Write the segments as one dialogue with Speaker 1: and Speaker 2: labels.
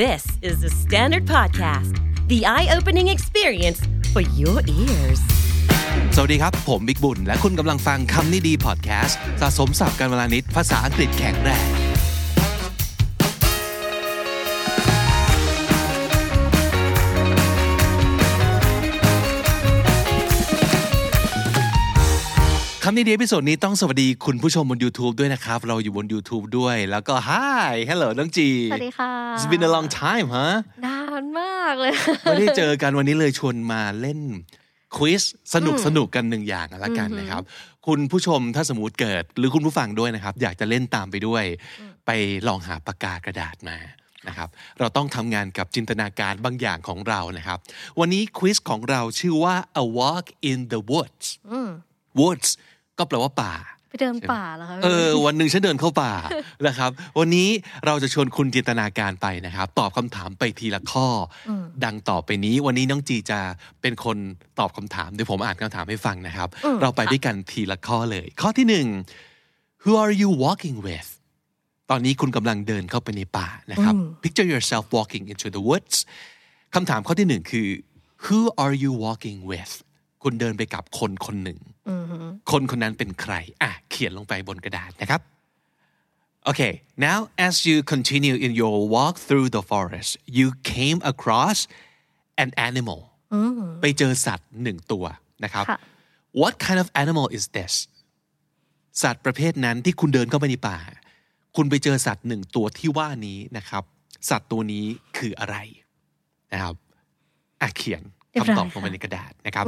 Speaker 1: This is the Standard Podcast, the eye opening experience for your ears.
Speaker 2: สวัสดีครับ ผมบิ๊กบุญ และคุณกำลังฟังคำนี้ดีพอดแคสต์สะสมสับการเวลานิดภาษาอังกฤษแข็งแรง คำนี้ดีพิโซดนี้ต้องสวัสดีคุณผู้ชมบน YouTube ด้วยนะครับ เราอยู่บน YouTube ด้วยแล้วก็ Hi Hello น้องจี
Speaker 3: สวัสดีค่ะ
Speaker 2: It's been a long time ฮะ
Speaker 3: นานมากเลย
Speaker 2: ไม่ได้เจอกันวันนี้เลยชวนมาเล่นควิสสนุกสนุกกันหนึ่งอย่างละกันนะครับ คุณผู้ชมถ้าสมมติเกิด หรือคุณผู้ฟังด้วยนะครับ อยากจะเล่นตามไปด้วย ไปลองหาปากกากระดาษมานะครับ เราต้องทำงานกับจินตนาการบางอย่างของเรานะครับ วันนี้ควิสของเราชื่อว่า a walk in the woods woods ก็แปลว่าป่า
Speaker 3: ไปเดินป่าเหรอคะ
Speaker 2: เออวันหนึ่งฉันเดินเข้า ป่า นะครับ วันนี้เราจะชวนคุณจินตนาการไปนะครับ ตอบคำถามไปทีละข้ออดังต่อไปนี้ วันนี้น้องจีจะเป็นคนตอบคำถามเดี๋ยวผมอ่านคำถามให้ฟังนะครับ เราไปด้วยกันทีละข้อเลย ข้อที่หนึ่ง who are you walking with ตอนนี้คุณกำลังเดินเข้าไปในป่านะครับ picture yourself walking into the woods คำถามข้อที่หนึ่งคือ who are you walking with คุณเดินไปกับคนคนหนึ่ง คนคนนั้นเป็นใคร อ่ะ เขียนลงไปบนกระดาษนะครับ Okay, now as you continue in your walk through the forest, you came across an animal. ไปเจอสัตว์หนึ่งตัวนะครับ
Speaker 3: ค่ะ
Speaker 2: What kind of animal is this? สัตว์ประเภทนั้นที่คุณเดินเข้าไปในป่า คุณไปเจอสัตว์หนึ่งตัวที่ว่านี้นะครับ สัตว์ตัวนี้คืออะไรนะครับ อ่ะเขียน
Speaker 3: เรียบร้อย
Speaker 2: คำตอบลงไป
Speaker 3: ค่ะ
Speaker 2: ในกระดาษนะครับ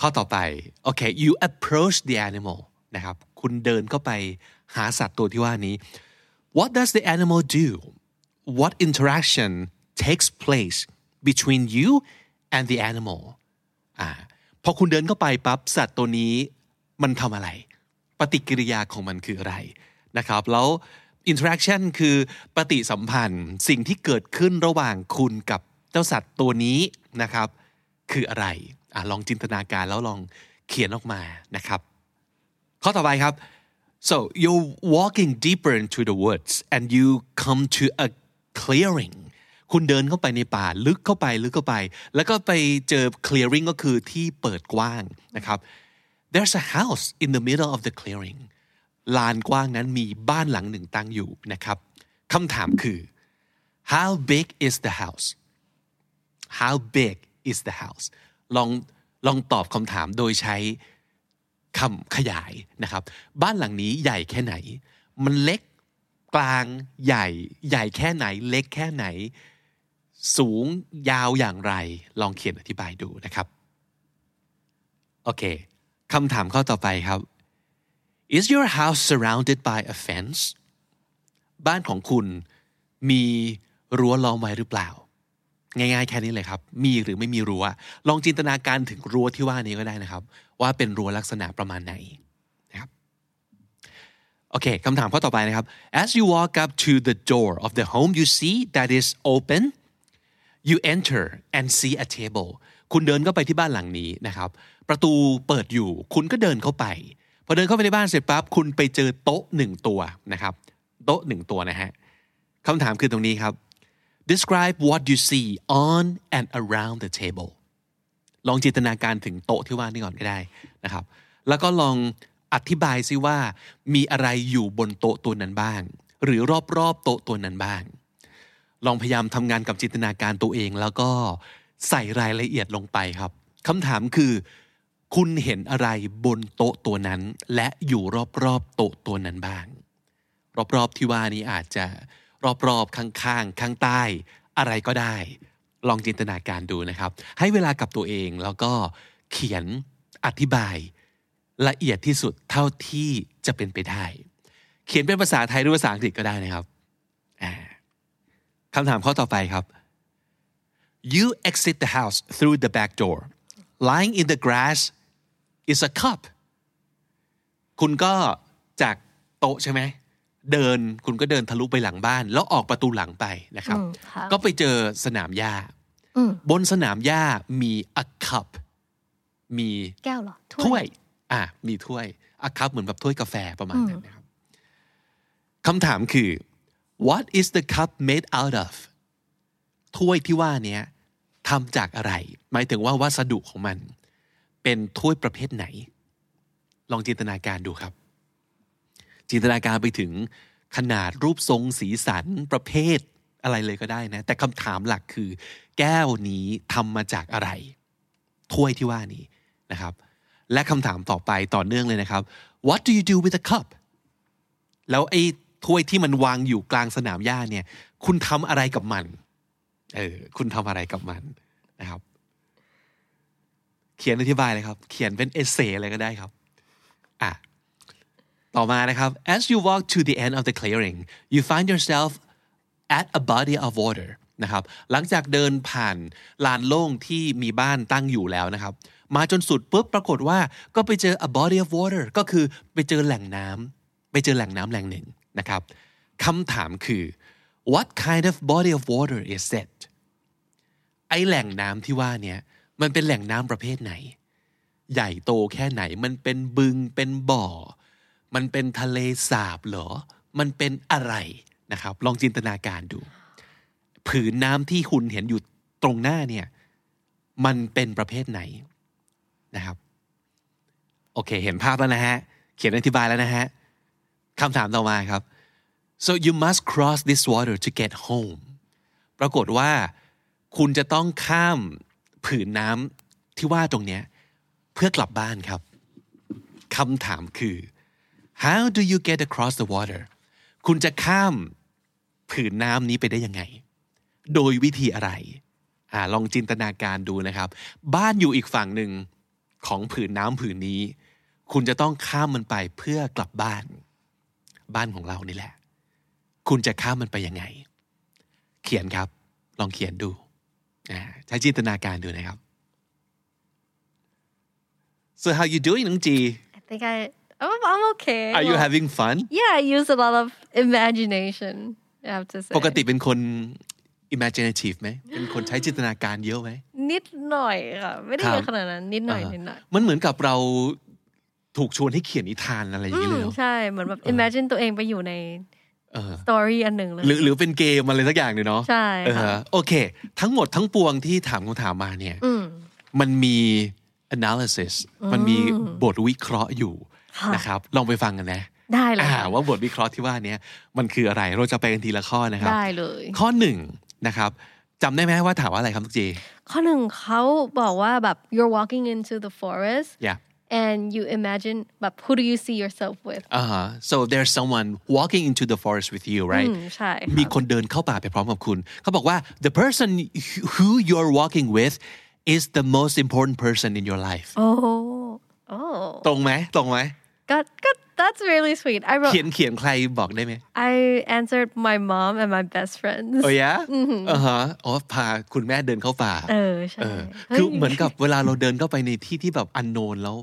Speaker 2: ข้อต่อไป โอเค you approach the animal นะครับ คุณเดินเข้าไปหาสัตว์ตัวที่ว่านี้ what does the animal do what interaction takes place between you and the animal อ่าพอคุณเดินเข้าไปปั๊บสัตว์ตัวนี้มันทำอะไร ปฏิกิริยาของมันคืออะไรนะครับ แล้ว interaction คือปฏิสัมพันธ์สิ่งที่เกิดขึ้นระหว่างคุณกับเจ้าสัตว์ตัวนี้นะครับ คืออะไรอะลองจินตนาการแล้วลองเขียนออกมานะครับ ข้อต่อไปครับ so you're walking deeper into the woods and you come to a clearing คุณเดินเข้าไปในป่าลึกเข้าไปลึกเข้าไป แล้วก็ไปเจอ clearing ก็คือที่เปิดกว้างนะครับ there's a house in the middle of the clearing ลานกว้างนั้นมีบ้านหลังหนึ่งตั้งอยู่นะครับคำถามคือ how big is the house how big is the house ลองลองตอบคำถามโดยใช้คำขยายนะครับ บ้านหลังนี้ใหญ่แค่ไหน มันเล็กกลางใหญ่ ใหญ่แค่ไหน เล็กแค่ไหน สูงยาวอย่างไร ลองเขียนอธิบายดูนะครับ โอเคคำถามข้อต่อไปครับ is your house surrounded by a fence บ้านของคุณมีรั้วล้อมไว้หรือเปล่า ง่ายๆแค่นี้เลยครับ มีหรือไม่มีรั้ว ลองจินตนาการถึงรั้วที่ว่านี้ก็ได้นะครับ ว่าเป็นรั้วลักษณะประมาณไหนนะครับโอเคคำถามข้อต่อไปนะครับ as you walk up to the door of the home you see that is open you enter and see a table คุณเดินเข้าไปที่บ้านหลังนี้นะครับ ประตูเปิดอยู่ คุณก็เดินเข้าไป พอเดินเข้าไปในบ้านเสร็จปั๊บคุณไปเจอโต๊ะหนึ่งตัวนะครับ โต๊ะหนึ่งตัวนะฮะคำถามคือตรงนี้ครับ describe what you see on and around the table ลองจินตนาการถึงโต๊ะที่ว่านี่ก่อนก็ได้นะครับ แล้วก็ลองอธิบายซิว่ามีอะไรอยู่บนโต๊ะตัวนั้นบ้าง หรือรอบๆโต๊ะตัวนั้นบ้าง ลองพยายามทำงานกับจินตนาการตัวเอง แล้วก็ใส่รายละเอียดลงไปครับคำถามคือ คุณเห็นอะไรบนโต๊ะตัวนั้น และอยู่รอบๆโต๊ะตัวนั้นบ้าง รอบๆที่ว่านี้อาจจะรอบๆข้างๆ ข้างใต้ อะไรก็ได้ ลองจินตนาการดูนะครับ ให้เวลากับตัวเองแล้วก็เขียนอธิบาย ละเอียดที่สุดเท่าที่จะเป็นไปได้ เขียนเป็นภาษาไทยหรือภาษาอังกฤษก็ได้นะครับอ่าคำถามข้อต่อไปครับ you exit the house through the back door lying in the grass is a cup คุณก็จากโต๊ะใช่ไหม เดินคุณก็เดินทะลุไปหลังบ้าน แล้วออกประตูหลังไปนะครับ
Speaker 3: อืมค่ะ
Speaker 2: ก็ไปเจอสนามหญ้า บนสนามหญ้ามี a cup มี
Speaker 3: แก้วเหรอ
Speaker 2: ถ้วย อ่ะ มีถ้วยอะครับเหมือนแบบถ้วยกาแฟประมาณนั้นนะครับ คำถามคือ what is the cup made out of ถ้วยที่ว่าเนี้ยทำจากอะไร หมายถึงว่าวัสดุของมัน เป็นถ้วยประเภทไหน ลองจินตนาการดูครับ จินตนาการไปถึงขนาดรูปทรงสีสันประเภทอะไรเลยก็ได้นะ แต่คำถามหลักคือ แก้วนี้ทำมาจากอะไร ถ้วยที่ว่านี้นะครับ และคำถามต่อไปต่อเนื่องเลยนะครับ What do you do with a cup แล้วไอ้ถ้วยที่มันวางอยู่กลางสนามหญ้าเนี่ย คุณทำอะไรกับมัน เออ คุณทำอะไรกับมันนะครับ เขียนอธิบายเลยครับ เขียนเป็นเอเซ่อะไรก็ได้ครับ อ่ะ ต่อมานะครับ as you walk to the end of the clearing you find yourself at a body of water นะครับ หลังจากเดินผ่านลานโล่งที่มีบ้านตั้งอยู่แล้วนะครับ มาจนสุดปุ๊บปรากฏว่าก็ไปเจอ a body of water ก็คือไปเจอแหล่งน้ำไปเจอแหล่งน้ำแหล่งหนึ่งนะครับคำถามคือ what kind of body of water is it ไอแหล่งน้ำที่ว่าเนี่ยมันเป็นแหล่งน้ำประเภทไหน ใหญ่โตแค่ไหน มันเป็นบึง เป็นบ่อ มันเป็นทะเลสาบเหรอ มันเป็นอะไรนะครับ ลองจินตนาการดู ผืนน้ำที่คุณเห็นอยู่ตรงหน้าเนี่ย มันเป็นประเภทไหนนะครับ โอเค เห็นภาพแล้วนะฮะ เขียนอธิบายแล้วนะฮะคำถามต่อมาครับ so you must cross this water to get home ปรากฏว่าคุณจะต้องข้ามผืนน้ำที่ว่าตรงเนี้ย เพื่อกลับบ้านครับคำถามคือ how do you get across the water คุณจะข้ามผืนน้ำนี้ไปได้ยังไง โดยวิธีอะไรอ่าลองจินตนาการดูนะครับ บ้านอยู่อีกฝั่งหนึ่งของผืนน้ำผืนนี้ คุณจะต้องข้ามมันไปเพื่อกลับบ้าน บ้านของเรานี่แหละ คุณจะข้ามมันไปยังไง เขียนครับ ลองเขียนดูอ่าใช้จินตนาการดูนะครับ so how you doing น้องจี
Speaker 3: I think I I'm, I'm okay
Speaker 2: are you
Speaker 3: Well,
Speaker 2: having fun
Speaker 3: Yeah I use a lot of imagination I have to say
Speaker 2: ปกติเป็นคน imaginative ไหม เป็นคน ใช้จินตนาการเยอะไหม
Speaker 3: นิดหน่อยค่ะ ไม่ได้
Speaker 2: ครับ
Speaker 3: เยอะขนาดนั้น นิดหน่อย
Speaker 2: อ่า
Speaker 3: นิดหน่อย
Speaker 2: มันเหมือนกับเราถูกชวนให้เขียนนิทานอะไรอย่าง
Speaker 3: อื
Speaker 2: นี้เลย
Speaker 3: ม
Speaker 2: เหรอ
Speaker 3: ใช่ เหมือนแบบ imagine ตัวเองไปอยู่ใน
Speaker 2: เออ
Speaker 3: story อันหนึ่งเลย
Speaker 2: หรือหรือเป็นเกมอะไรสักอย่างหนึ่งเนาะ
Speaker 3: ใช่ค่ะ
Speaker 2: เออโอเค ทั้งหมดทั้งปวงที่ถามคำถามมาเนี่ย
Speaker 3: อืม
Speaker 2: มันมี analysis มันมีบทวิเคราะห์อยู่
Speaker 3: ค่ะ
Speaker 2: นะครับ ลองไปฟังกันนะ
Speaker 3: ได้เลย
Speaker 2: อ่า
Speaker 3: ค่ะ
Speaker 2: ว่าบทวิเคราะห์ที่ว่าเนี้ยมันคืออะไร เราจะไปกันทีละข้อนะครับ
Speaker 3: ได้เลย
Speaker 2: ข้อหนึ่งนะครับจำได้ไหมว่าถามว่าอะไรครับทุกเจ
Speaker 3: ข้อหนึ่งเขาบอกว่าแบบ you're walking into the forest
Speaker 2: อย่า
Speaker 3: and you imagine แบบ who do you see yourself with
Speaker 2: uh-huh. so there's someone walking into the forest with you
Speaker 3: อื
Speaker 2: right
Speaker 3: มใช่ค่ะ
Speaker 2: มีคนเดินเข้าป่าไปพร้อมกับคุณเขาบอกว่า the person who you're walking with is the most important person in your life
Speaker 3: โอ้โอ้
Speaker 2: ตรงไหมตรงไหม
Speaker 3: ก็ก็ that's really sweet I wrote
Speaker 2: เขียนเขียนใครบอกได้ไหม
Speaker 3: I answered my mom and my best friends
Speaker 2: โอ้ยะอ่าฮะอ๋อพาคุณแม่เดินเข้าป่า
Speaker 3: เออ ใช่
Speaker 2: เออ
Speaker 3: ฮ้ ย
Speaker 2: คือเหมือนกับเวลาเราเดินเข้าไปในที่ที่แบบอันโนนแล้ว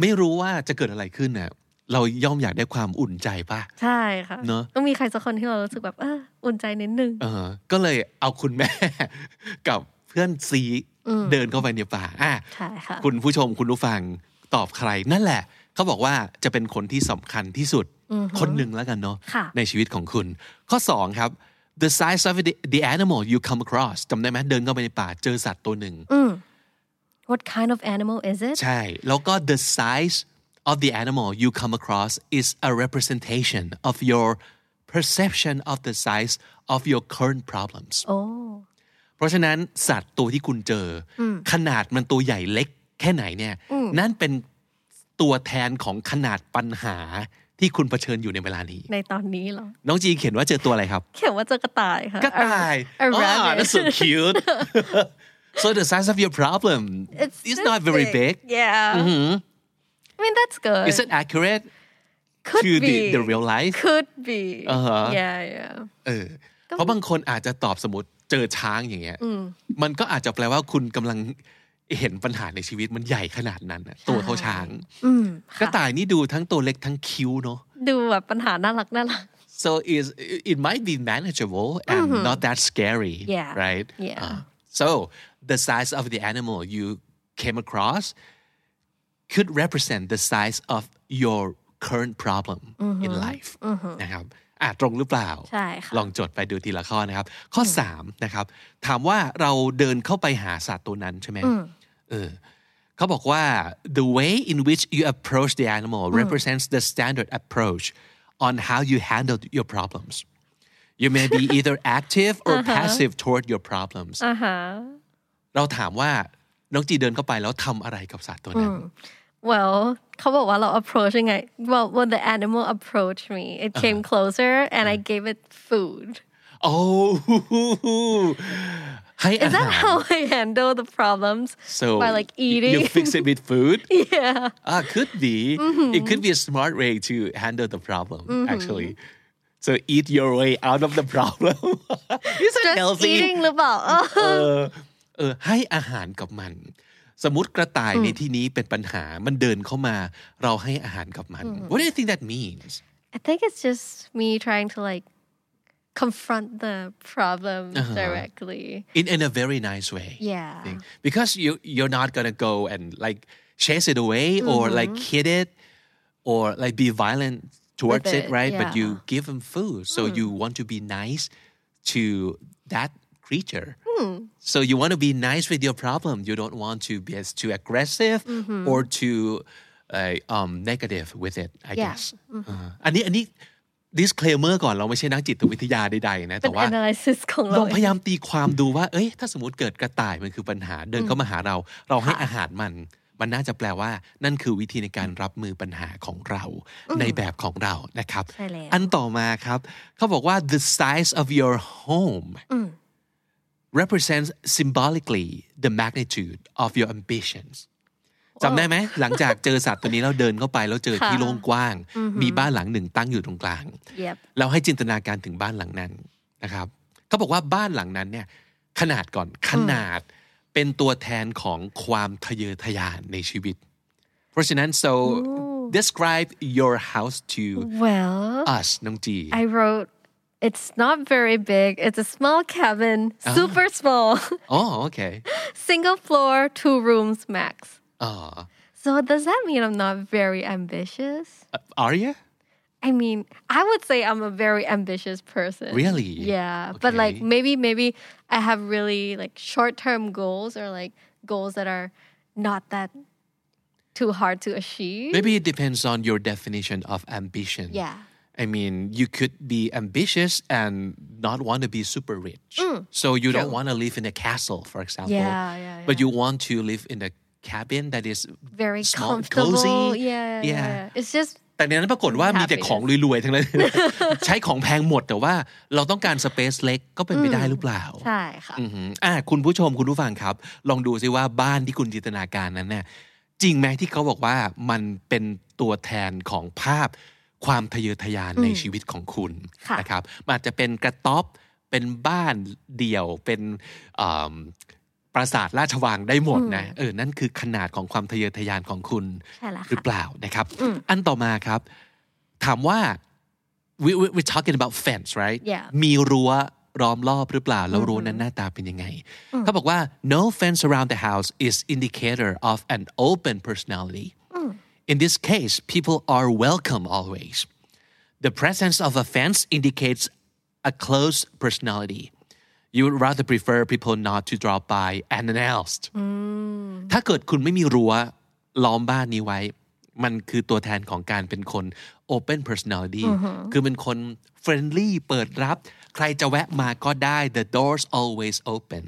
Speaker 2: ไม่รู้ว่าจะเกิดอะไรขึ้นน่ะเราย่อมอยากได้ความอุ่นใจป่ะ
Speaker 3: ใช่ค่ะ
Speaker 2: เนอะ
Speaker 3: ต้องมีใครสักคนที่เรารู้สึกแบบเอออุ่นใจนิดนึง
Speaker 2: เออก็เลยเอาคุณแม่ กับเพื่อน ซีเดินเข้าไปในป่าอ่ะ
Speaker 3: ใช่ค่ะ
Speaker 2: คุณผู้ชมคุณผู้ฟังตอบใครนั่นแหละ เขาบอกว่าจะเป็นคนที่สำคัญที่สุด คนหนึ่งแล้วกันเนาะ
Speaker 3: ค่ะ
Speaker 2: ในชีวิตของคุณ ข้อ 2 ครับ the size of the, the animal you come across จำได้ไหมเดินเข้าไปในป่าเจอสัตว์ตัวหนึ่ง
Speaker 3: What kind of animal is it
Speaker 2: ใช่ แล้วก็ the size of the animal you come across is a representation of your perception of the size of your current problems
Speaker 3: โอ้
Speaker 2: เพราะฉะนั้นสัตว์ตัวที่คุณเจออขนาดมันตัวใหญ่เล็กแค่ไหนเนี่ย นั่นเป็นตัวแทนของขนาดปัญหาที่คุณเผชิญอยู่ในเวลานี้
Speaker 3: ในตอนนี้เหรอ
Speaker 2: น้องจีเขียนว่าเจอตัวอะไรครับ
Speaker 3: เขียนว่าเจอกระต่ายค่ะ
Speaker 2: กระต่าย
Speaker 3: a
Speaker 2: อ๋อ
Speaker 3: rabbit
Speaker 2: that's so cute so the size of your problem
Speaker 3: It's
Speaker 2: is
Speaker 3: this
Speaker 2: not very big
Speaker 3: Yeah. I mean that's good.
Speaker 2: is it accurate
Speaker 3: Could
Speaker 2: to the
Speaker 3: be
Speaker 2: the real life
Speaker 3: Could be.
Speaker 2: อ่าฮะ
Speaker 3: Yeah yeah.
Speaker 2: เออเพราะบางคนอาจจะตอบสมมติเจอช้างอย่างเงี้ยมันก็อาจจะแปลว่าคุณกำลังเห็นปัญหาในชีวิตมันใหญ่ขนาดนั้นน่ะตัวเท่าช้าง
Speaker 3: อืม
Speaker 2: กระ
Speaker 3: ค่ะ
Speaker 2: ต่ายนี่ดูทั้งตัวเล็กทั้งคิ้วเนอะ
Speaker 3: ดูแบบปัญหาน่ารักน่ารัก
Speaker 2: so is it might be manageable and not that scary
Speaker 3: Mm-hmm. Yeah.
Speaker 2: right
Speaker 3: Yeah.
Speaker 2: Uh, so the size of the animal you came across could represent the size of your current problem in life นะครับ อ่ะตรงหรือเปล่า
Speaker 3: ใช่ค่ะ
Speaker 2: ลองจดไปดูทีละข้อนะครับ ข้อสามนะครับ ถามว่าเราเดินเข้าไปหาสัตว์ตัวนั้นใช่ไหม
Speaker 3: อืม
Speaker 2: เออเขาบอกว่า the way in which you approach the animal represents the standard approach on how you handle your problems you may be either active or passive toward your problems
Speaker 3: อ่าฮะ
Speaker 2: เราถามว่าน้องจีเดินเข้าไปแล้วทำอะไรกับสัตว์ตัวนั้น
Speaker 3: well เขาบอกว่าเรา approach ยังไง well when the animal approached me it
Speaker 2: Uh-huh.
Speaker 3: came closer and I gave it food
Speaker 2: โอ้ให้อา
Speaker 3: is
Speaker 2: หา
Speaker 3: that
Speaker 2: ร
Speaker 3: how I handle the problems
Speaker 2: Uh-huh. So
Speaker 3: by like
Speaker 2: y-
Speaker 3: eating
Speaker 2: you fix it with food. yeah. Ah, could be. It could be a smart way to handle the problem. Actually, so eat your way out of the problem. Is that
Speaker 3: just
Speaker 2: healthy?
Speaker 3: eating หรือเปล่าเออ
Speaker 2: เออให้อาหารกับมัน สมมติกระต่ายในที่นี้เป็นปัญหามันเดินเข้ามา เราให้อาหารกับมัน What do you think that means?
Speaker 3: I think it's just me trying to like confront the problem
Speaker 2: Uh-huh.
Speaker 3: directly.
Speaker 2: in in a very nice way.
Speaker 3: Yeah.
Speaker 2: thing. Because you you're not gonna go and like chase it away or like
Speaker 3: Mm-hmm.
Speaker 2: hit it or like be violent towards
Speaker 3: With
Speaker 2: it,
Speaker 3: it,
Speaker 2: right? But you
Speaker 3: yeah. Mm.
Speaker 2: give them food, so you want to be nice to that creature.
Speaker 3: Hmm.
Speaker 2: So you want to be nice with your problem. You don't want to be as too aggressive
Speaker 3: Mm-hmm.
Speaker 2: or too uh, um, negative with it. I
Speaker 3: Yeah. Mm-hmm.
Speaker 2: guess. อ่าอันนี้อันนี้ disclaimer ก่อนเราไม่ใช่นักจิตวิทยาใดๆนะแต่
Speaker 3: เป็น
Speaker 2: ว่า
Speaker 3: analysis ของ
Speaker 2: ล
Speaker 3: เรา
Speaker 2: องพยายามตีความดูว่า เอ้ย ถ้าสมมติเกิดกระต่ายมันคือปัญหาเดินเข้ามาหาเรา เราให้อาหารมัน มันน่าจะแปลว่า นั่นคือวิธีในการรับมือปัญหาของเรา ในแบบของเรา นะครับ
Speaker 3: ใช่แล้ว
Speaker 2: อันต่อมาครับ เขาบอกว่า the size of your home represents symbolically the magnitude of your ambitions จำได้ไหม หลังจากเจอสัตว์ตัวนี้แล้วเดินเข้าไปแล้วเจอที่โล่งกว้าง มีบ้านหลังหนึ่งตั้งอยู่ตรงกลาง
Speaker 3: เย็บ
Speaker 2: เราให้จินตนาการถึงบ้านหลังนั้นนะครับเขาบอกว่าบ้านหลังนั้นเนี่ยขนาดก่อนขนาดเป็นตัวแทนของความทะเยอทะยานในชีวิต เพราะฉะนั้น so describe your house to
Speaker 3: well
Speaker 2: us น้องจี
Speaker 3: I wrote it's not very big it's a small cabin
Speaker 2: Uh-huh.
Speaker 3: super small
Speaker 2: อ๋อโอเค
Speaker 3: single floor two rooms max
Speaker 2: อ๋อ
Speaker 3: so does that mean I'm not very ambitious
Speaker 2: Aria
Speaker 3: I mean, I would say I'm a very ambitious person.
Speaker 2: Really?
Speaker 3: Yeah. But
Speaker 2: Okay.
Speaker 3: like maybe maybe I have really like short-term goals or like goals that are not that too hard to achieve.
Speaker 2: maybe it depends on your definition of ambition
Speaker 3: Yeah.
Speaker 2: I mean, you could be ambitious and not want to be super rich. So you don't want to live in a castle, for example.
Speaker 3: Yeah, yeah,
Speaker 2: But you want to live in a cabin that is
Speaker 3: Very
Speaker 2: small and
Speaker 3: comfortable.
Speaker 2: cozy.
Speaker 3: Yeah, yeah.
Speaker 2: Yeah.
Speaker 3: yeah. It's just
Speaker 2: แต่ในนั้นปรากฏว่ามีแต่ของรวยๆ ทั้งนั้น ใช้ของแพงหมดแต่ว่าเราต้องการสเปซเล็กก็เป็นไปได้หรือเปล่า
Speaker 3: ใช่ค่ะ
Speaker 2: อืมอ่าคุณผู้ชมคุณผู้ฟังครับ ลองดูซิว่าบ้านที่คุณจินตนาการนั้นเนี่ยจริงไหมที่เขาบอกว่ามันเป็นตัวแทนของภาพความทะเยอทะยานในชีวิตของคุณ
Speaker 3: ค่ะ
Speaker 2: นะครับมันอาจจะเป็นกระต๊อบเป็นบ้านเดี่ยวเป็นอ่ำปราสาทราชวังได้หมดนะเออนั่นคือขนาดของความทะเยอทะยานของคุณ หรือ
Speaker 3: ใช่แล้วค่ะ
Speaker 2: เปล่านะครับ อันต่อมาครับ ถามว่า we we we talking about fence right
Speaker 3: Yeah.
Speaker 2: มีรั้วล้อมรอบหรือเปล่า แล้วรั้วนั้นหน้าตาเป็นยังไง เขาบอกว่า no fence around the house is indicator of an open personality in this case people are welcome always the presence of a fence indicates a closed personality you would rather prefer people not to drop by unannounced ถ้าเกิดคุณไม่มีรั้วล้อมบ้านนี้ไว้ มันคือตัวแทนของการเป็นคน open personality คือเป็นคน friendly เปิดรับ ใครจะแวะมาก็ได้ the doors always open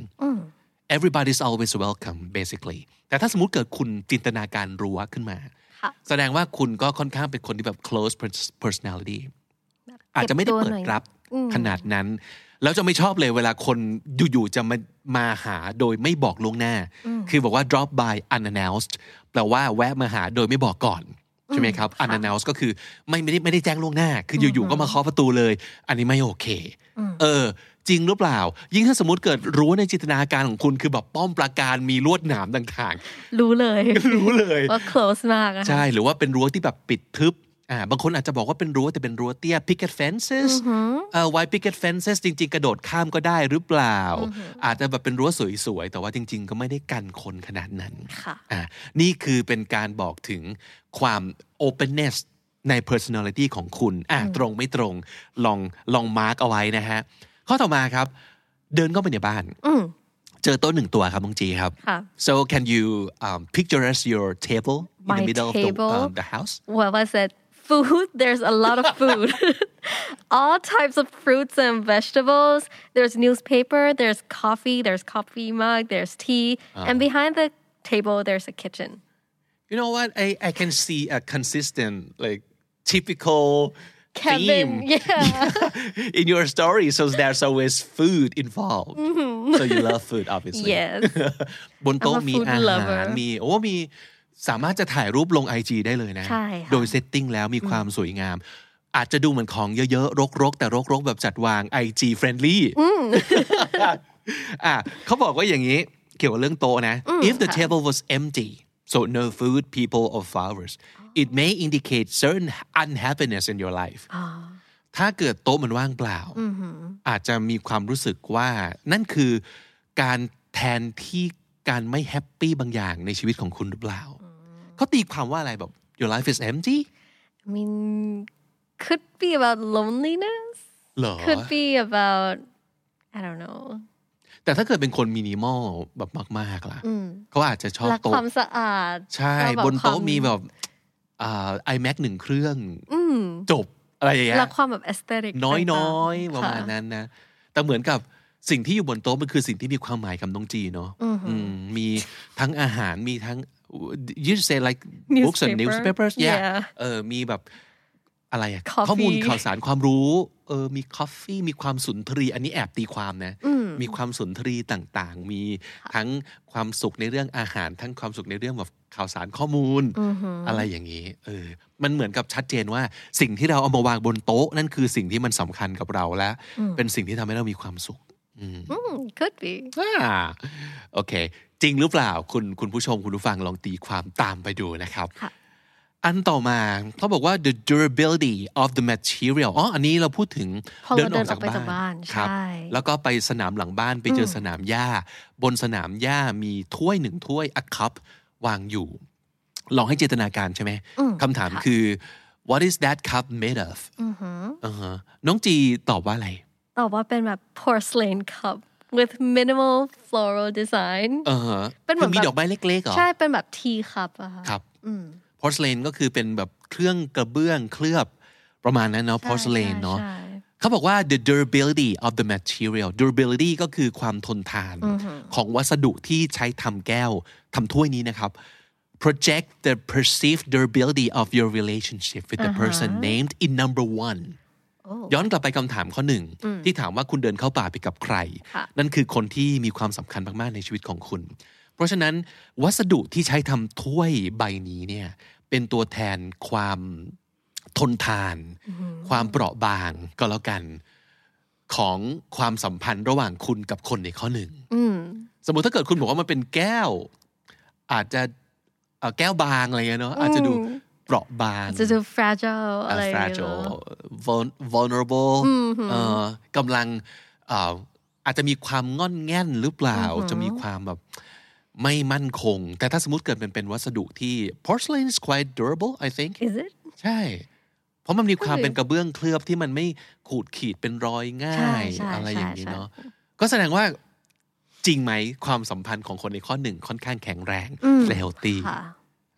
Speaker 2: everybody's always welcome basically แต่ถ้าสมมติเกิดคุณจินตนาการรั้วขึ้นมา
Speaker 3: ค่ะ
Speaker 2: แสดงว่าคุณก็ค่อนข้างเป็นคนที่แบบ close pers- personality อาจจะไม่ได้เปิดรับขนาดนั้น แล้วจะไม่ชอบเลยเวลาคนอยู่ๆจะมามาหาโดยไม่บอกล่วงหน้า คือบอกว่า drop by unannounced แปลว่าแวะมาหาโดยไม่บอกก่อนใช่ไหมครับ unannounced ก็คือไม่ไม่ได้ไม่ได้แจ้งล่วงหน้า คืออยู่ๆก็มาเคาะประตูเลย อันนี้ไม่โอเค เออ จริงหรือเปล่า ยิ่งถ้าสมมติเกิดรู้ในจินตนาการของคุณคือแบบป้อมปราการมีลวดหนามต่าง
Speaker 3: รู้เลย
Speaker 2: ๆ รู้เลย
Speaker 3: ว่า close มากอะค่ะ
Speaker 2: ใช่ หรือว่าเป็นรั้วที่แบบปิดทึบอ่าบางคนอาจจะบอกว่าเป็นรั้วแต่เป็นรั้วเตี้ย picket fences เอ่อ why picket fences จริง ๆ กระโดดข้ามก็ได้หรือเปล่า อาจจะแบบเป็นรั้วสวย ๆ แต่ว่าจริง ๆ ก็ไม่ได้กันคนขนาดนั้น
Speaker 3: ค่ะ
Speaker 2: อ่านี่คือเป็นการบอกถึงความ openness ใน personality ของคุณอ่ะตรงไม่ตรงลองลองมาร์กเอาไว้นะฮะข้อต่อมาครับ เดินเข้าไปในบ้าน
Speaker 3: Mm.
Speaker 2: เจอโต๊ะหนึ่งตัวครับน้องจีครับ
Speaker 3: ค่ะ
Speaker 2: so can you um, picture us your table in the
Speaker 3: My
Speaker 2: middle
Speaker 3: table?
Speaker 2: of the, um, the house
Speaker 3: What was it? Food. There's a lot of food. All types of fruits and vegetables. There's newspaper. There's coffee. There's coffee mug. There's tea. And behind the table, there's a kitchen.
Speaker 2: you know what I I can see a consistent like typical theme
Speaker 3: Kevin. Yeah.
Speaker 2: in your story so there's always food involved so you love food obviously
Speaker 3: Mm-hmm. yes.
Speaker 2: บนโต๊ะ
Speaker 3: I'm a
Speaker 2: มี
Speaker 3: food
Speaker 2: อาหาร
Speaker 3: lover
Speaker 2: มีโอ้มีสามารถจะถ่ายรูปลง IG ได้เลยนะ
Speaker 3: ใช่ค่ะ
Speaker 2: โดยเซตติ้งแล้วมีความสวยงาม อาจจะดูเหมือนของเยอะๆ รกๆ แต่รกๆ แบบจัดวาง IG friendly อ่ะเขาบอกว่าอย่างนี้เกี่ยวกับเรื่องโต๊ะนะ if the table was empty so no food people or flowers it may indicate certain unhappiness in your life ถ้าเกิดโต๊ะมันว่างเปล่า อาจจะมีความรู้สึกว่านั่นคือการแทนที่การไม่แฮปปี้บางอย่างในชีวิตของคุณหรือเปล่า เขาตีความว่าอะไรแบบ your life is empty
Speaker 3: I mean, could be about loneliness.
Speaker 2: เหรอ
Speaker 3: Could be about, I don't know.
Speaker 2: แต่ถ้าเกิดเป็นคนมินิมอลแบบมาก ๆ ล่ะ เขาอาจจะชอบ
Speaker 3: รัก
Speaker 2: โต๊ะ
Speaker 3: ความสะอาด
Speaker 2: ใช่
Speaker 3: เราแบบ
Speaker 2: นโต๊ะ
Speaker 3: ความ
Speaker 2: มีแบบไอแม็กหนึ่งเครื่องจบอะไรอย่างเงี้ย
Speaker 3: รักความแบบเอสเตติก
Speaker 2: น้อยๆ ประมาณนั้นนะ แต่เหมือนกับสิ่งที่อยู่บนโต๊ะมันคือสิ่งที่มีความหมายกับน้องจีเนาะอืมมีทั้งอาหารมีทั้ง you say like books and
Speaker 3: Newspaper.
Speaker 2: newspapers yeah
Speaker 3: Yeah.
Speaker 2: เออมีแบบอะไรอะ
Speaker 3: Coffee.
Speaker 2: ข้อมูลข่าวสารความรู้เออมีคอฟฟี่มีความสุนทรีย์อันนี้แอบตีความนะ มีความสุนทรีย์ต่างๆ มีทั้งความสุขในเรื่องอาหาร ทั้งความสุขในเรื่องแบบข่าวสารข้อมูล
Speaker 3: Mm-hmm.
Speaker 2: อะไรอย่างนี้เออมันเหมือนกับชัดเจนว่าสิ่งที่เราเอามาวางบนโต๊ะ นั่นคือสิ่งที่มันสำคัญกับเราและ เป็นสิ่งที่ทำให้เรามีความสุข
Speaker 3: ๆ Mm-hmm. could be
Speaker 2: อ่าโอเค จริงหรือเปล่าคุณคุณผู้ชมคุณผู้ฟังลองตีความตามไปดูนะครับ
Speaker 3: ค่ะ
Speaker 2: อันต่อมาเขาบอกว่า the durability of the material อ๋ออันนี้เราพูดถึง
Speaker 3: พอเราเดินออกไปจากบ้าน
Speaker 2: ครับ
Speaker 3: ใช่
Speaker 2: แล้วก็ไปสนามหลังบ้านไปเจอสนามหญ้า บนสนามหญ้ามีถ้วยหนึ่งถ้วย a cup วางอยู่ ลองให้จินตนาการใช่ไหมคำถามคือ what is that cup made of อ่าฮะน้องจีตอบว่าอะไร
Speaker 3: ตอบว่าเป็นแบบ porcelain cup with minimal floral design
Speaker 2: เออฮะ
Speaker 3: เป็นเหมื
Speaker 2: คื
Speaker 3: อน
Speaker 2: อมี
Speaker 3: แบบ
Speaker 2: ดอกไม้เล็กๆเหรอ
Speaker 3: ใช่ เป็นแบบ tea cup อะค่ะ
Speaker 2: ครับพอร์ l เลนก็คือเป็นแบบเครื่องกระเบื้องเคลือบประมาณนั้นเนาะพอร์ l เลนเนาะ
Speaker 3: ใช่
Speaker 2: เขาบอกว่า the durability of the material durability ก็คือความทนทานของวัสดุที่ใช้ทำแก้วทำถ้วยนี้นะครับ project the perceived durability of your relationship with the person named in number one ย้อนกลับไปคำถามข้อหนึ่ง ที่ถามว่าคุณเดินเข้าป่าไปกับใคร
Speaker 3: ค่ะ
Speaker 2: นั่นคือคนที่มีความสำคัญมาก ๆ ในชีวิตของคุณ เพราะฉะนั้นวัสดุที่ใช้ทำถ้วยใบนี้เนี่ยเป็นตัวแทนความทนทาน ความเปราะบางก็แล้วกัน ของความสัมพันธ์ระหว่างคุณกับคนในข้อหนึ่ง
Speaker 3: อืม
Speaker 2: สมมติถ้าเกิดคุณบอกว่ามันเป็นแก้ว อาจจะเอ่อแก้วบางอะไรเงี้ยเนาะอาจจะดูเปราะบาง
Speaker 3: จะดู fragile อะไรอย่างเงี้ย
Speaker 2: fragile vul- vulnerable เอ่อกำลังเอ่ออาจจะมีความง่อนแง่นหรือเปล่า จะมีความแบบไม่มั่นคง แต่ถ้าสมมติเกิดเป็นเป็นวัสดุที่ porcelain is quite durable I think
Speaker 3: is it
Speaker 2: ใช่ เพราะมันมีความ
Speaker 3: ก็คือ
Speaker 2: เป็นกระเบื้องเคลือบที่มันไม่ขูดขีดเป็นรอยง่า
Speaker 3: ใช่
Speaker 2: ย
Speaker 3: ใช่
Speaker 2: อะไรอย่างนี้
Speaker 3: ใช่
Speaker 2: เนาะก็แสดงว่าจริงไหมความสัมพันธ์ของคนในข้อหนึ่งค่อนข้างแข็งแรงและเฮลตี้
Speaker 3: ค่ะ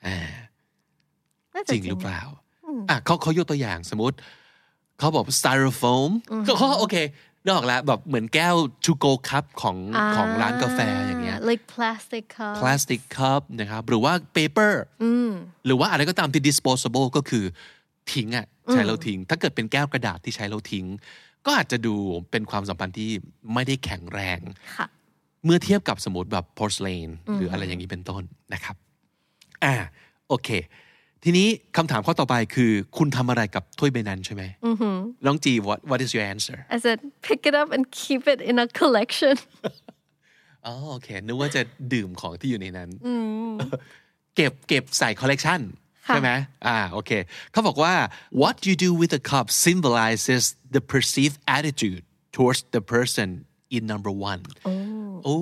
Speaker 2: อ่า
Speaker 3: น่าะ
Speaker 2: จริงหรือเปล่า อ่ะเขาเขายกตัวอย่างสมมติ เขาบอกสไตรโฟมก็ก็โอเค นกออกแล้วแบบเหมือนแก้วชูโกคัพของของร้านกาแฟอย่างเงี้ย
Speaker 3: Ah, like plastic cup
Speaker 2: พลาสติกคัพนะครับหรือว่าเปเปอร์หรือว่าอะไรก็ตามที่ disposable ก็คือทิ้งอ่ะใช้แล้วทิ้ง ถ้าเกิดเป็นแก้วกระดาษที่ใช้แล้วทิ้ง ก็อาจจะดูเป็นความสัมพันธ์ที่ไม่ได้แข็งแรง
Speaker 3: ค่ะ
Speaker 2: เมื่อเทียบกับสมมติแบบ porcelain หรืออะไรอย่างนี้เป็นต้นนะครับ อ่า โอเค ทีนี้คำถามข้อต่อไปคือ คุณทำอะไรกับถ้วยใบนั้นใช่ไหมน้องจี what what is your answer
Speaker 3: I said pick it up and keep it in a collection
Speaker 2: อ๋อโอเค นึกว่าจะดื่มของที่อยู่ในนั้น เก็บเก็บใส่คอลเลกชัน
Speaker 3: ค่ะ
Speaker 2: ใช่ไหมอ่าโอเคเขาบอกว่า what you do with a cup symbolizes the perceived attitude towards the person in number one โอ้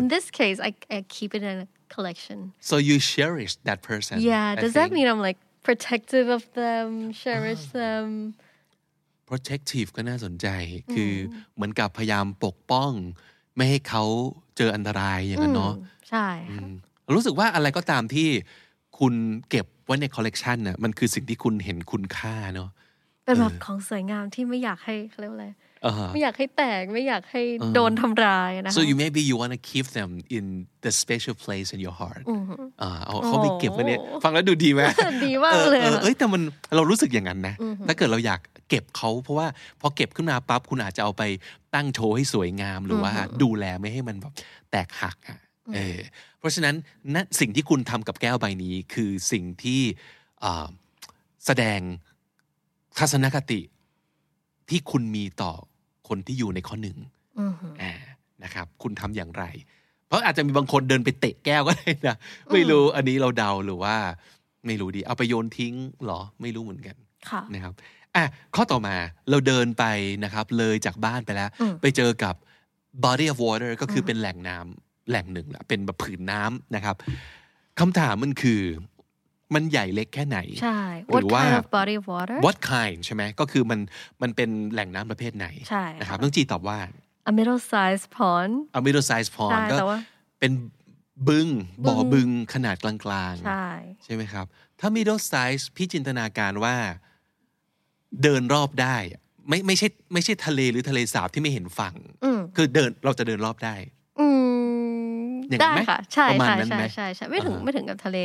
Speaker 3: in this case I I keep it in a collection
Speaker 2: so you cherish that person
Speaker 3: Yeah,
Speaker 2: I
Speaker 3: does that
Speaker 2: think.
Speaker 3: mean I'm like protective of them, cherish
Speaker 2: Ah.
Speaker 3: them.
Speaker 2: protective ก็น่าสนใจ คือเหมือนกับพยายามปกป้อง ไม่ให้เขาเจออันตรายอย่างนั้นเนาะ
Speaker 3: ใช่ค่ะ
Speaker 2: อืมรู้สึกว่าอะไรก็ตามที่คุณเก็บไว้ในคอลเลกชันน่ะมันคือสิ่งที่คุณเห็นคุณค่าเนาะ
Speaker 3: เป็นแบบของสวยงามที่ไม่อยากให้เขาเรียกว่าอะไร
Speaker 2: อ่าฮะ
Speaker 3: ไม่อยากให้แตกไม่อยากให้โดนทำร้ายนะคะ
Speaker 2: so you maybe you want to keep them in the special place in your heart อ่าเอาเขาไปเก็บไว้เนี่ย
Speaker 3: โอ้
Speaker 2: ฟังแล้วดูดีไหม
Speaker 3: ดีมากเลย
Speaker 2: เออ
Speaker 3: อะ
Speaker 2: เอ้ยแต่มันเรารู้สึกอย่างนั้นนะ ถ้าเกิดเราอยากเก็บเขาเพราะว่าพอเก็บขึ้นมาปั๊บคุณอาจจะเอาไปตั้งโชว์ให้สวยงาม หรือว่าดูแลไม่ให้มันแบบแตกหักอ่ะเออเพราะฉะนั้นนั่นสิ่งที่คุณทำกับแก้วใบนี้คือสิ่งที่อ่าแสดงทัศนคติที่คุณมีต่อคนที่อยู่ในข้อหนึ่งอ่านะครับ คุณทำอย่างไร เพราะอาจจะมีบางคนเดินไปเตะแก้วก็ได้นะ ไม่รู้อันนี้เราเดาหรือว่า ไม่รู้ดีเอาไปโยนทิ้งเหรอไม่รู้เหมือนกัน
Speaker 3: ค่ะ
Speaker 2: นะครับอ่ะข้อต่อมาเราเดินไปนะครับ เลยจากบ้านไปแล้ว ไปเจอกับ body of water ก็คืออเป็นแหล่งน้ำแหล่งหนึ่งละเป็นแบบผืนน้ำนะครับคำถามมันคือ มันใหญ่เล็กแค่ไหน
Speaker 3: ใช่
Speaker 2: หรื
Speaker 3: What
Speaker 2: อว่า
Speaker 3: kind of body of water
Speaker 2: what kind ใช่ไหมก็คือมันมันเป็นแหล่งน้ำประเภทไหน
Speaker 3: ใช่ค่ะ
Speaker 2: นะครับต้องจีตอบว่า
Speaker 3: a middle sized pond
Speaker 2: a middle size pond
Speaker 3: ใช่
Speaker 2: ก็
Speaker 3: แต่ว่า
Speaker 2: เป็นบึงบ่อบึงขนาดกลางๆ
Speaker 3: ใช่
Speaker 2: ใช่ไหมครับ ถ้า middle size พี่จินตนาการว่าเดินรอบได้อะไม่ไม่ใช่ไม่ใช่ทะเลหรือทะเลสาบที่ไม่เห็นฝั่ง คือเดินเราจะเดินรอบได้
Speaker 3: อืม
Speaker 2: อย่างนั้น
Speaker 3: ได้
Speaker 2: ไหม
Speaker 3: ค่ะ ใช่
Speaker 2: ประมาณ
Speaker 3: ใช่
Speaker 2: นั้น
Speaker 3: ใช่
Speaker 2: ไหม
Speaker 3: ใช่ใช่ไม่ถึง
Speaker 2: อ่าฮะ
Speaker 3: ไม่ถึงกับทะเล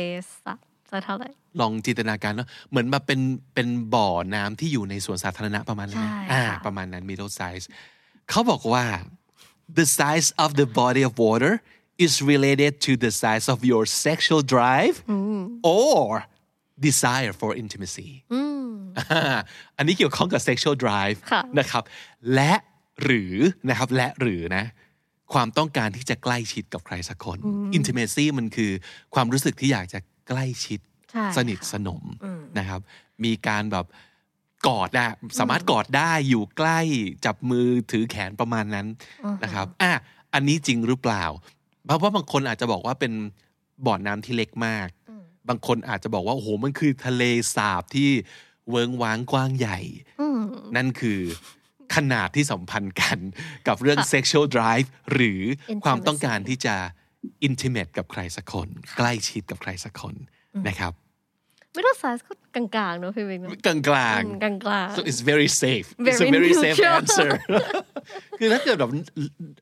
Speaker 3: สักสักเท่าไหร่
Speaker 2: ลองจินตนาการเนาะเหมือนแบบเป็นเป็นบ่อน้ำที่อยู่ในสวนสาธารณะประมาณนั้นไหม
Speaker 3: ใช่
Speaker 2: อ่า
Speaker 3: ค่ะ
Speaker 2: ประมาณนั้น middle size เขาบอกว่า the size of the body of water is related to the size of your sexual drive or desire for intimacy อ่า อันนี้เกี่ยวข้องกับ sexual drive
Speaker 3: ค่ะ
Speaker 2: นะครับ และหรือนะครับและหรือนะ ความต้องการที่จะใกล้ชิดกับใครสักคน intimacy มันคือความรู้สึกที่อยากจะใกล้ชิด
Speaker 3: ใช่
Speaker 2: สนิทสนมนะครับ มีการแบบกอดนะสามารถกอดได้อยู่ใกล้จับมือถือแขนประมาณนั้นนะครับอ่ะอันนี้จริงหรือเปล่า เพราะว่าบางคนอาจจะบอกว่าเป็นบ่อน้ำที่เล็กมาก บางคนอาจจะบอกว่าโอ้โหมันคือทะเลสาบที่เวิงว้างกว้างใหญ่ นั่นคือขนาดที่สัมพันธ์กันกับเรื่อง sexual drive หรือความต้องการที่จะ intimate กับใครสักคน ใกล้ชิดกับใครสักคนนะครับ
Speaker 3: middle size ก็กลางๆเนอะพี่วินเนอะ
Speaker 2: กลางกลาง
Speaker 3: อืมกลางๆ
Speaker 2: ๆ so it's very safe it's a
Speaker 3: Very
Speaker 2: very safe
Speaker 3: neutral
Speaker 2: answer คือถ้าเกิดแบบ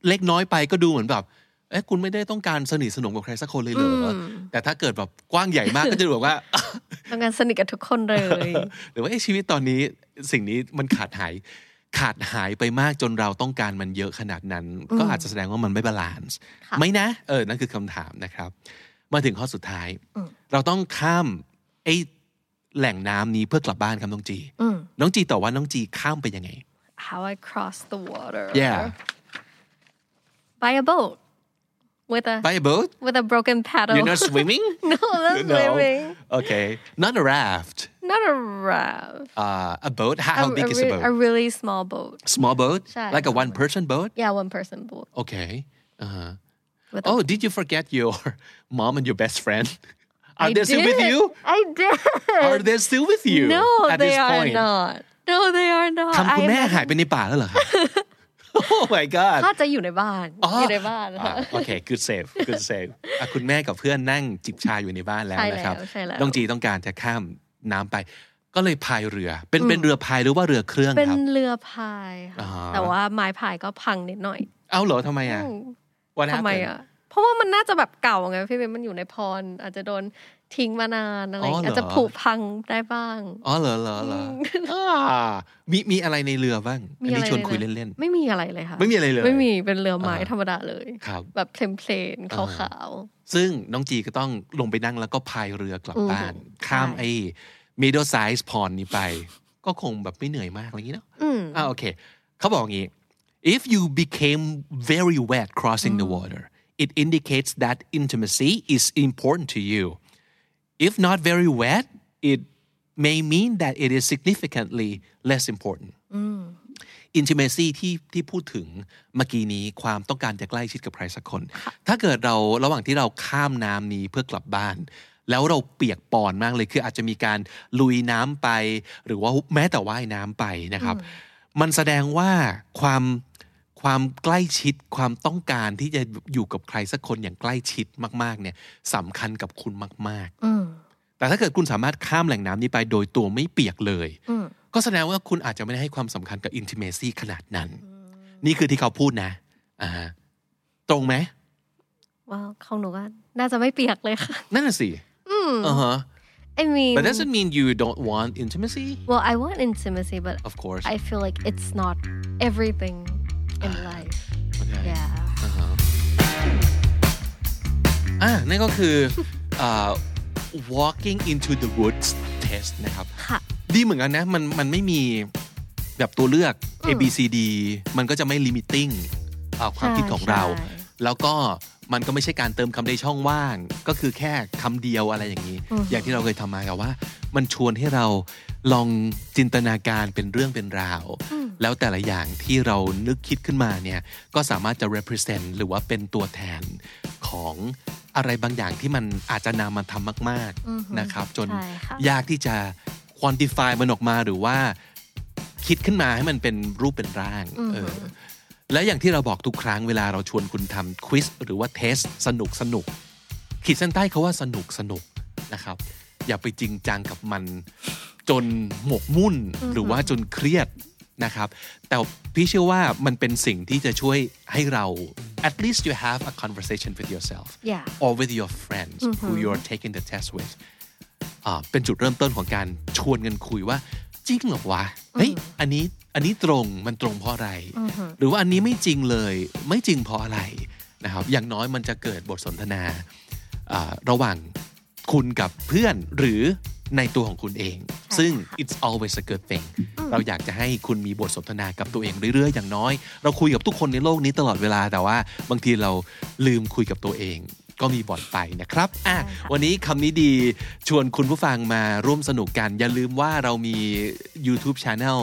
Speaker 2: เล็กน้อยไปก็ดูเหมือนแบบ เอ๊ะคุณไม่ได้ต้องการสนิทสนมกับใครสักคนเลยเหรออแต่ถ้าเกิดแบบกว้างใหญ่มากก็จะดูแบบว่า
Speaker 3: ทำงานสนิทกับทุกคนเลย
Speaker 2: หรือว่าเอ๊ะชีวิตตอนนี้สิ่งนี้มันขาดหาย ขาดหายไปมากจนเราต้องการมันเยอะขนาดนั้น ก็อาจจะแสดงว่ามันไม่บาลานซ์ไม่นะ เออ นั่นคือคำถามนะครับ มาถึงข้อสุดท้าย เราต้องข้ามไอ้แหล่งน้ำนี้เพื่อกลับบ้านครับน้องจี น้องจีตอบว่าน้องจีข้ามไปยังไง
Speaker 3: how I cross the water
Speaker 2: yeah
Speaker 3: by a boat with a
Speaker 2: by a boat
Speaker 3: with a broken paddle
Speaker 2: you're not swimming
Speaker 3: no that's swimming
Speaker 2: okay not a raft
Speaker 3: not a raft
Speaker 2: uh, a boat how
Speaker 3: a,
Speaker 2: big is a
Speaker 3: re-
Speaker 2: boat
Speaker 3: a really small boat
Speaker 2: small boat
Speaker 3: ใช่
Speaker 2: like a one person boat
Speaker 3: yeah one person boat
Speaker 2: Okay. Uh-huh.
Speaker 3: With a-
Speaker 2: Oh, did you forget your mom and your best friend? Are
Speaker 3: I
Speaker 2: they still with
Speaker 3: did.
Speaker 2: you?
Speaker 3: I did
Speaker 2: Are they still with you?
Speaker 3: no
Speaker 2: at
Speaker 3: they
Speaker 2: this
Speaker 3: are
Speaker 2: point?
Speaker 3: not no they are not
Speaker 2: ทำคุณแม่
Speaker 3: I-
Speaker 2: หายไปในป่าแล้ว เหรอคะ Oh my god
Speaker 3: ถ้าจะอยู่ในบ้าน
Speaker 2: อ๋อ
Speaker 3: อ
Speaker 2: อยู่
Speaker 3: ในบ้านค่ะ
Speaker 2: โอเค good save good save อ่ะคุณแม่กับเพื่อนนั่งจิบชาอยู่ในบ้านแล้ว
Speaker 3: ใช่แล้ว
Speaker 2: นะครับ
Speaker 3: ใช่แล้ว
Speaker 2: น้องจีต้องการจะข้ามน้ำไป ก็เลยพายเรือ เป็นเป็นเรือพายหรือว่าเรือเครื่อง
Speaker 3: เป็น
Speaker 2: ครับ
Speaker 3: เรือพายค่ะ
Speaker 2: อ่าฮะ
Speaker 3: แต่ว่าไม้พายก็พังนิดหน่อย
Speaker 2: เอ้าเหรอทำไมอ่ะ What
Speaker 3: ทำไม
Speaker 2: happened?
Speaker 3: อ่ะ เพราะว่ามันน่าจะแบบเก่าไงพี่เบนมันอยู่ในพร อาจจะโดนทิ้งมานานอะไรอย่างเงี้ย
Speaker 2: อ๋อเหรอ
Speaker 3: อาจจะผุพังได้บ้าง
Speaker 2: อ๋อเหรอเหรอ เหรออ่ามีมีอะไรในเรือบ้าง
Speaker 3: มี
Speaker 2: อัน
Speaker 3: อะไร
Speaker 2: นี้ชวนคุย
Speaker 3: ในเรือ
Speaker 2: เล่นๆ
Speaker 3: ไม่มีอะไรเลยค่ะ
Speaker 2: ไม่มีอะไรเลย
Speaker 3: ไม่มีเป็นเรือไม้
Speaker 2: อ่า
Speaker 3: ธรรมดาเลย
Speaker 2: ครับ
Speaker 3: แบบเพลนๆ
Speaker 2: อ่า
Speaker 3: ขาว
Speaker 2: ซึ่งน้องจีก็ต้องลงไปนั่งแล้วก็พายเรือกลับบ้าน ข้ามไอ้ middle size pond นี้ไป ก็คงแบบไม่เหนื่อยมากอะไรอย่างนี้เนาะอ่าโอเคเขาบอกอย่างงี้ if you became very wet crossing the water it indicates that intimacy is important to you if not very wet it may mean that it is significantly less important intimacy ที่ที่พูดถึงเมื่อกี้นี้ความต้องการจะใกล้ชิดกับใครสักคน ถ้าเกิดเราระหว่างที่เราข้ามน้ำนี้เพื่อกลับบ้าน แล้วเราเปียกปอนมากเลยคืออาจจะมีการลุยน้ำไป หรือว่าแม้แต่ว่ายน้ำไปนะครับ มันแสดงว่าความความใกล้ชิดความต้องการที่จะอยู่กับใครสักคนอย่างใกล้ชิดมาก ๆ เนี่ยสำคัญกับคุณมาก ๆ
Speaker 3: อืม
Speaker 2: แต่ถ้าเกิดคุณสามารถข้ามแหล่งน้ำนี้ไปโดยตัวไม่เปียกเลย
Speaker 3: อืม
Speaker 2: ก็แสดงว่าคุณอาจจะไม่ได้ให้ความสำคัญกับ intimacy ขนาดนั้น นี่คือที่เขาพูดนะอ่าฮะตรงไหม
Speaker 3: ว้าวของหนูก็น่าจะไม่เปียกเลยค่ะ
Speaker 2: นั่นน่ะสิอ่าฮะ
Speaker 3: I mean
Speaker 2: but doesn't mean you don't want intimacy
Speaker 3: well I want intimacy but
Speaker 2: of course
Speaker 3: I feel like it's not everything in life
Speaker 2: Okay.
Speaker 3: yeah
Speaker 2: อ่านั่นก็คือ อ่า walking into the woods test นะครับ
Speaker 3: ค่ะ
Speaker 2: ดีเหมือนกันนะ มันมันไม่มีแบบตัวเลือก A B C D มันก็จะไม่ limiting อ่าความคิดของเรา
Speaker 3: ใช่
Speaker 2: แล้วก็มันก็ไม่ใช่การเติมคำในช่องว่าง ก็คือแค่คำเดียวอะไรอย่างนี้ อย่างที่เราเคยทำมากับว่า มันชวนให้เราลองจินตนาการเป็นเรื่องเป็นราว แล้วแต่ละอย่างที่เรานึกคิดขึ้นมาเนี่ย ก็สามารถจะ represent หรือว่าเป็นตัวแทนของอะไรบางอย่างที่มันอาจจะนำมาทำมากๆนะครับ จน
Speaker 3: ใช่ค่ะ
Speaker 2: ยากที่จะควอนติฟายมันออกมาหรือว่าคิดขึ้นมาให้มันเป็นรูปเป็นร่างเออและอย่างที่เราบอกทุกครั้งเวลาเราชวนคุณทำควิสหรือว่าเทสสนุกสนุกขีดเส้นใต้เขาว่าสนุกสนุกนะครับ อย่าไปจริงจังกับมัน จนหมกมุ่นหรือว่าจนเครียดนะครับ แต่พี่เชื่อว่ามันเป็นสิ่งที่จะช่วยให้เรา at least you have a conversation with yourself
Speaker 3: Yeah.
Speaker 2: or with your friends who you're taking the test with อ่าเป็นจุดเริ่มต้นของการชวนกันคุยว่า จริงเหรอวะเฮ้ยอันนี้อันนี้ตรงมันตรงเพราะอะไร หรือว่าอันนี้ไม่จริงเลยไม่จริงเพราะอะไรนะครับอย่างน้อยมันจะเกิดบทสนทนาอ่าระหว่างคุณกับเพื่อนหรือในตัวของคุณเอง ซึ่ง it's always a good thing เราอยากจะให้คุณมีบทสนทนากับตัวเองเรื่อยๆ อย่างน้อย เราคุยกับทุกคนในโลกนี้ตลอดเวลาแต่ว่า บางทีเราลืมคุยกับตัวเอง ก็มีบ่อนไปนะครับอ่ะวันนี้คำนี้ดีชวนคุณผู้ฟังมาร่วมสนุกกัน อย่าลืมว่าเรามี YouTube Channel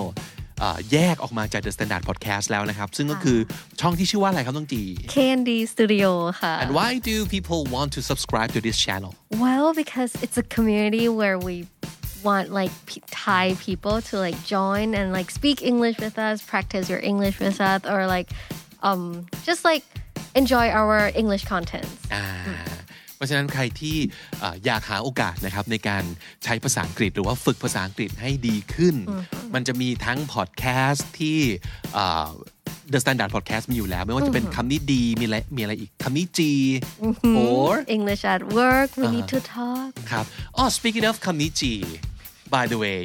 Speaker 2: เอ่อแยกออกมาจาก The Standard Podcast แล้วนะครับ ซึ่งก็คือช่องที่ชื่อว่าอะไรครับต้องจี
Speaker 3: Candy Studio ค่ะ
Speaker 2: and why do people want to subscribe to this channel
Speaker 3: Well, because it's a community where we want like p- Thai people to like join and like speak English with us, practice your English with us, or like um just like enjoy our English contents.
Speaker 2: อ่าเพราะฉะนั้นใครที่เอ่ออยากหาโอกาสนะครับในการใช้ภาษาอังกฤษ หรือว่าฝึกภาษาอังกฤษให้ดีขึ้น มันจะมีทั้งพอดแคสต์ที่เอ่อ The Standard Podcast มีอยู่แล้ว ไม่ว่าจะเป็นคำนี้ดี มีอะไรมีอะไรอีกคำนี้จี or
Speaker 3: English at work, we need
Speaker 2: Uh-huh.
Speaker 3: to talk.
Speaker 2: ครับ oh speaking of คำนี้จี by the way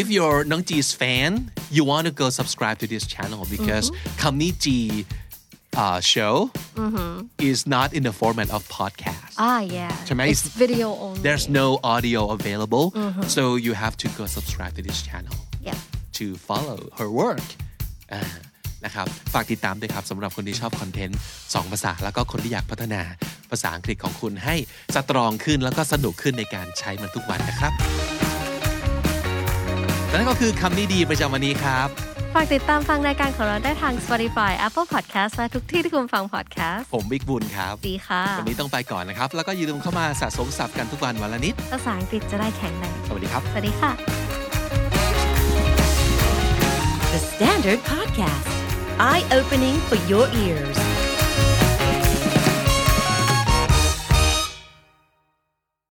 Speaker 2: if you're น้องจี 's fan you want to go subscribe to this channel because คำนี้จี uh, show is not in the format of podcast
Speaker 3: Ah, yeah.
Speaker 2: Chamae,
Speaker 3: It's video only.
Speaker 2: there's no audio available so you have to go subscribe to this channel
Speaker 3: Yeah.
Speaker 2: to follow her work อ่านะครับฝากติดตามด้วยครับสำหรับคนที่ชอบคอนเทนต์สองภาษา แล้วก็คนที่อยากพัฒนาภาษาอังกฤษของคุณให้สตรองขึ้นแล้วก็สนุกขึ้นในการใช้มันทุกวันนะครับและนั่นก็คือคำนี้ดีประจำวันนี้ครับ
Speaker 3: ฝากติดตามฟังรายการของเราได้ทาง Spotify, Apple Podcast และทุกที่ที่คุณฟัง podcast
Speaker 2: ผมบิ๊กบุญครับ
Speaker 3: ดีค่ะ
Speaker 2: วันนี้ต้องไปก่อนนะครับ แล้วก็อย่าลืมเข้ามาสะสมศัพท์กันทุกวันวันละนิด
Speaker 3: ภาษาอังกฤษจะได้แข็งแรง
Speaker 2: สวัสดีครับ
Speaker 3: สวัสดีค่ะ
Speaker 1: The Standard Podcast, eye opening for your ears.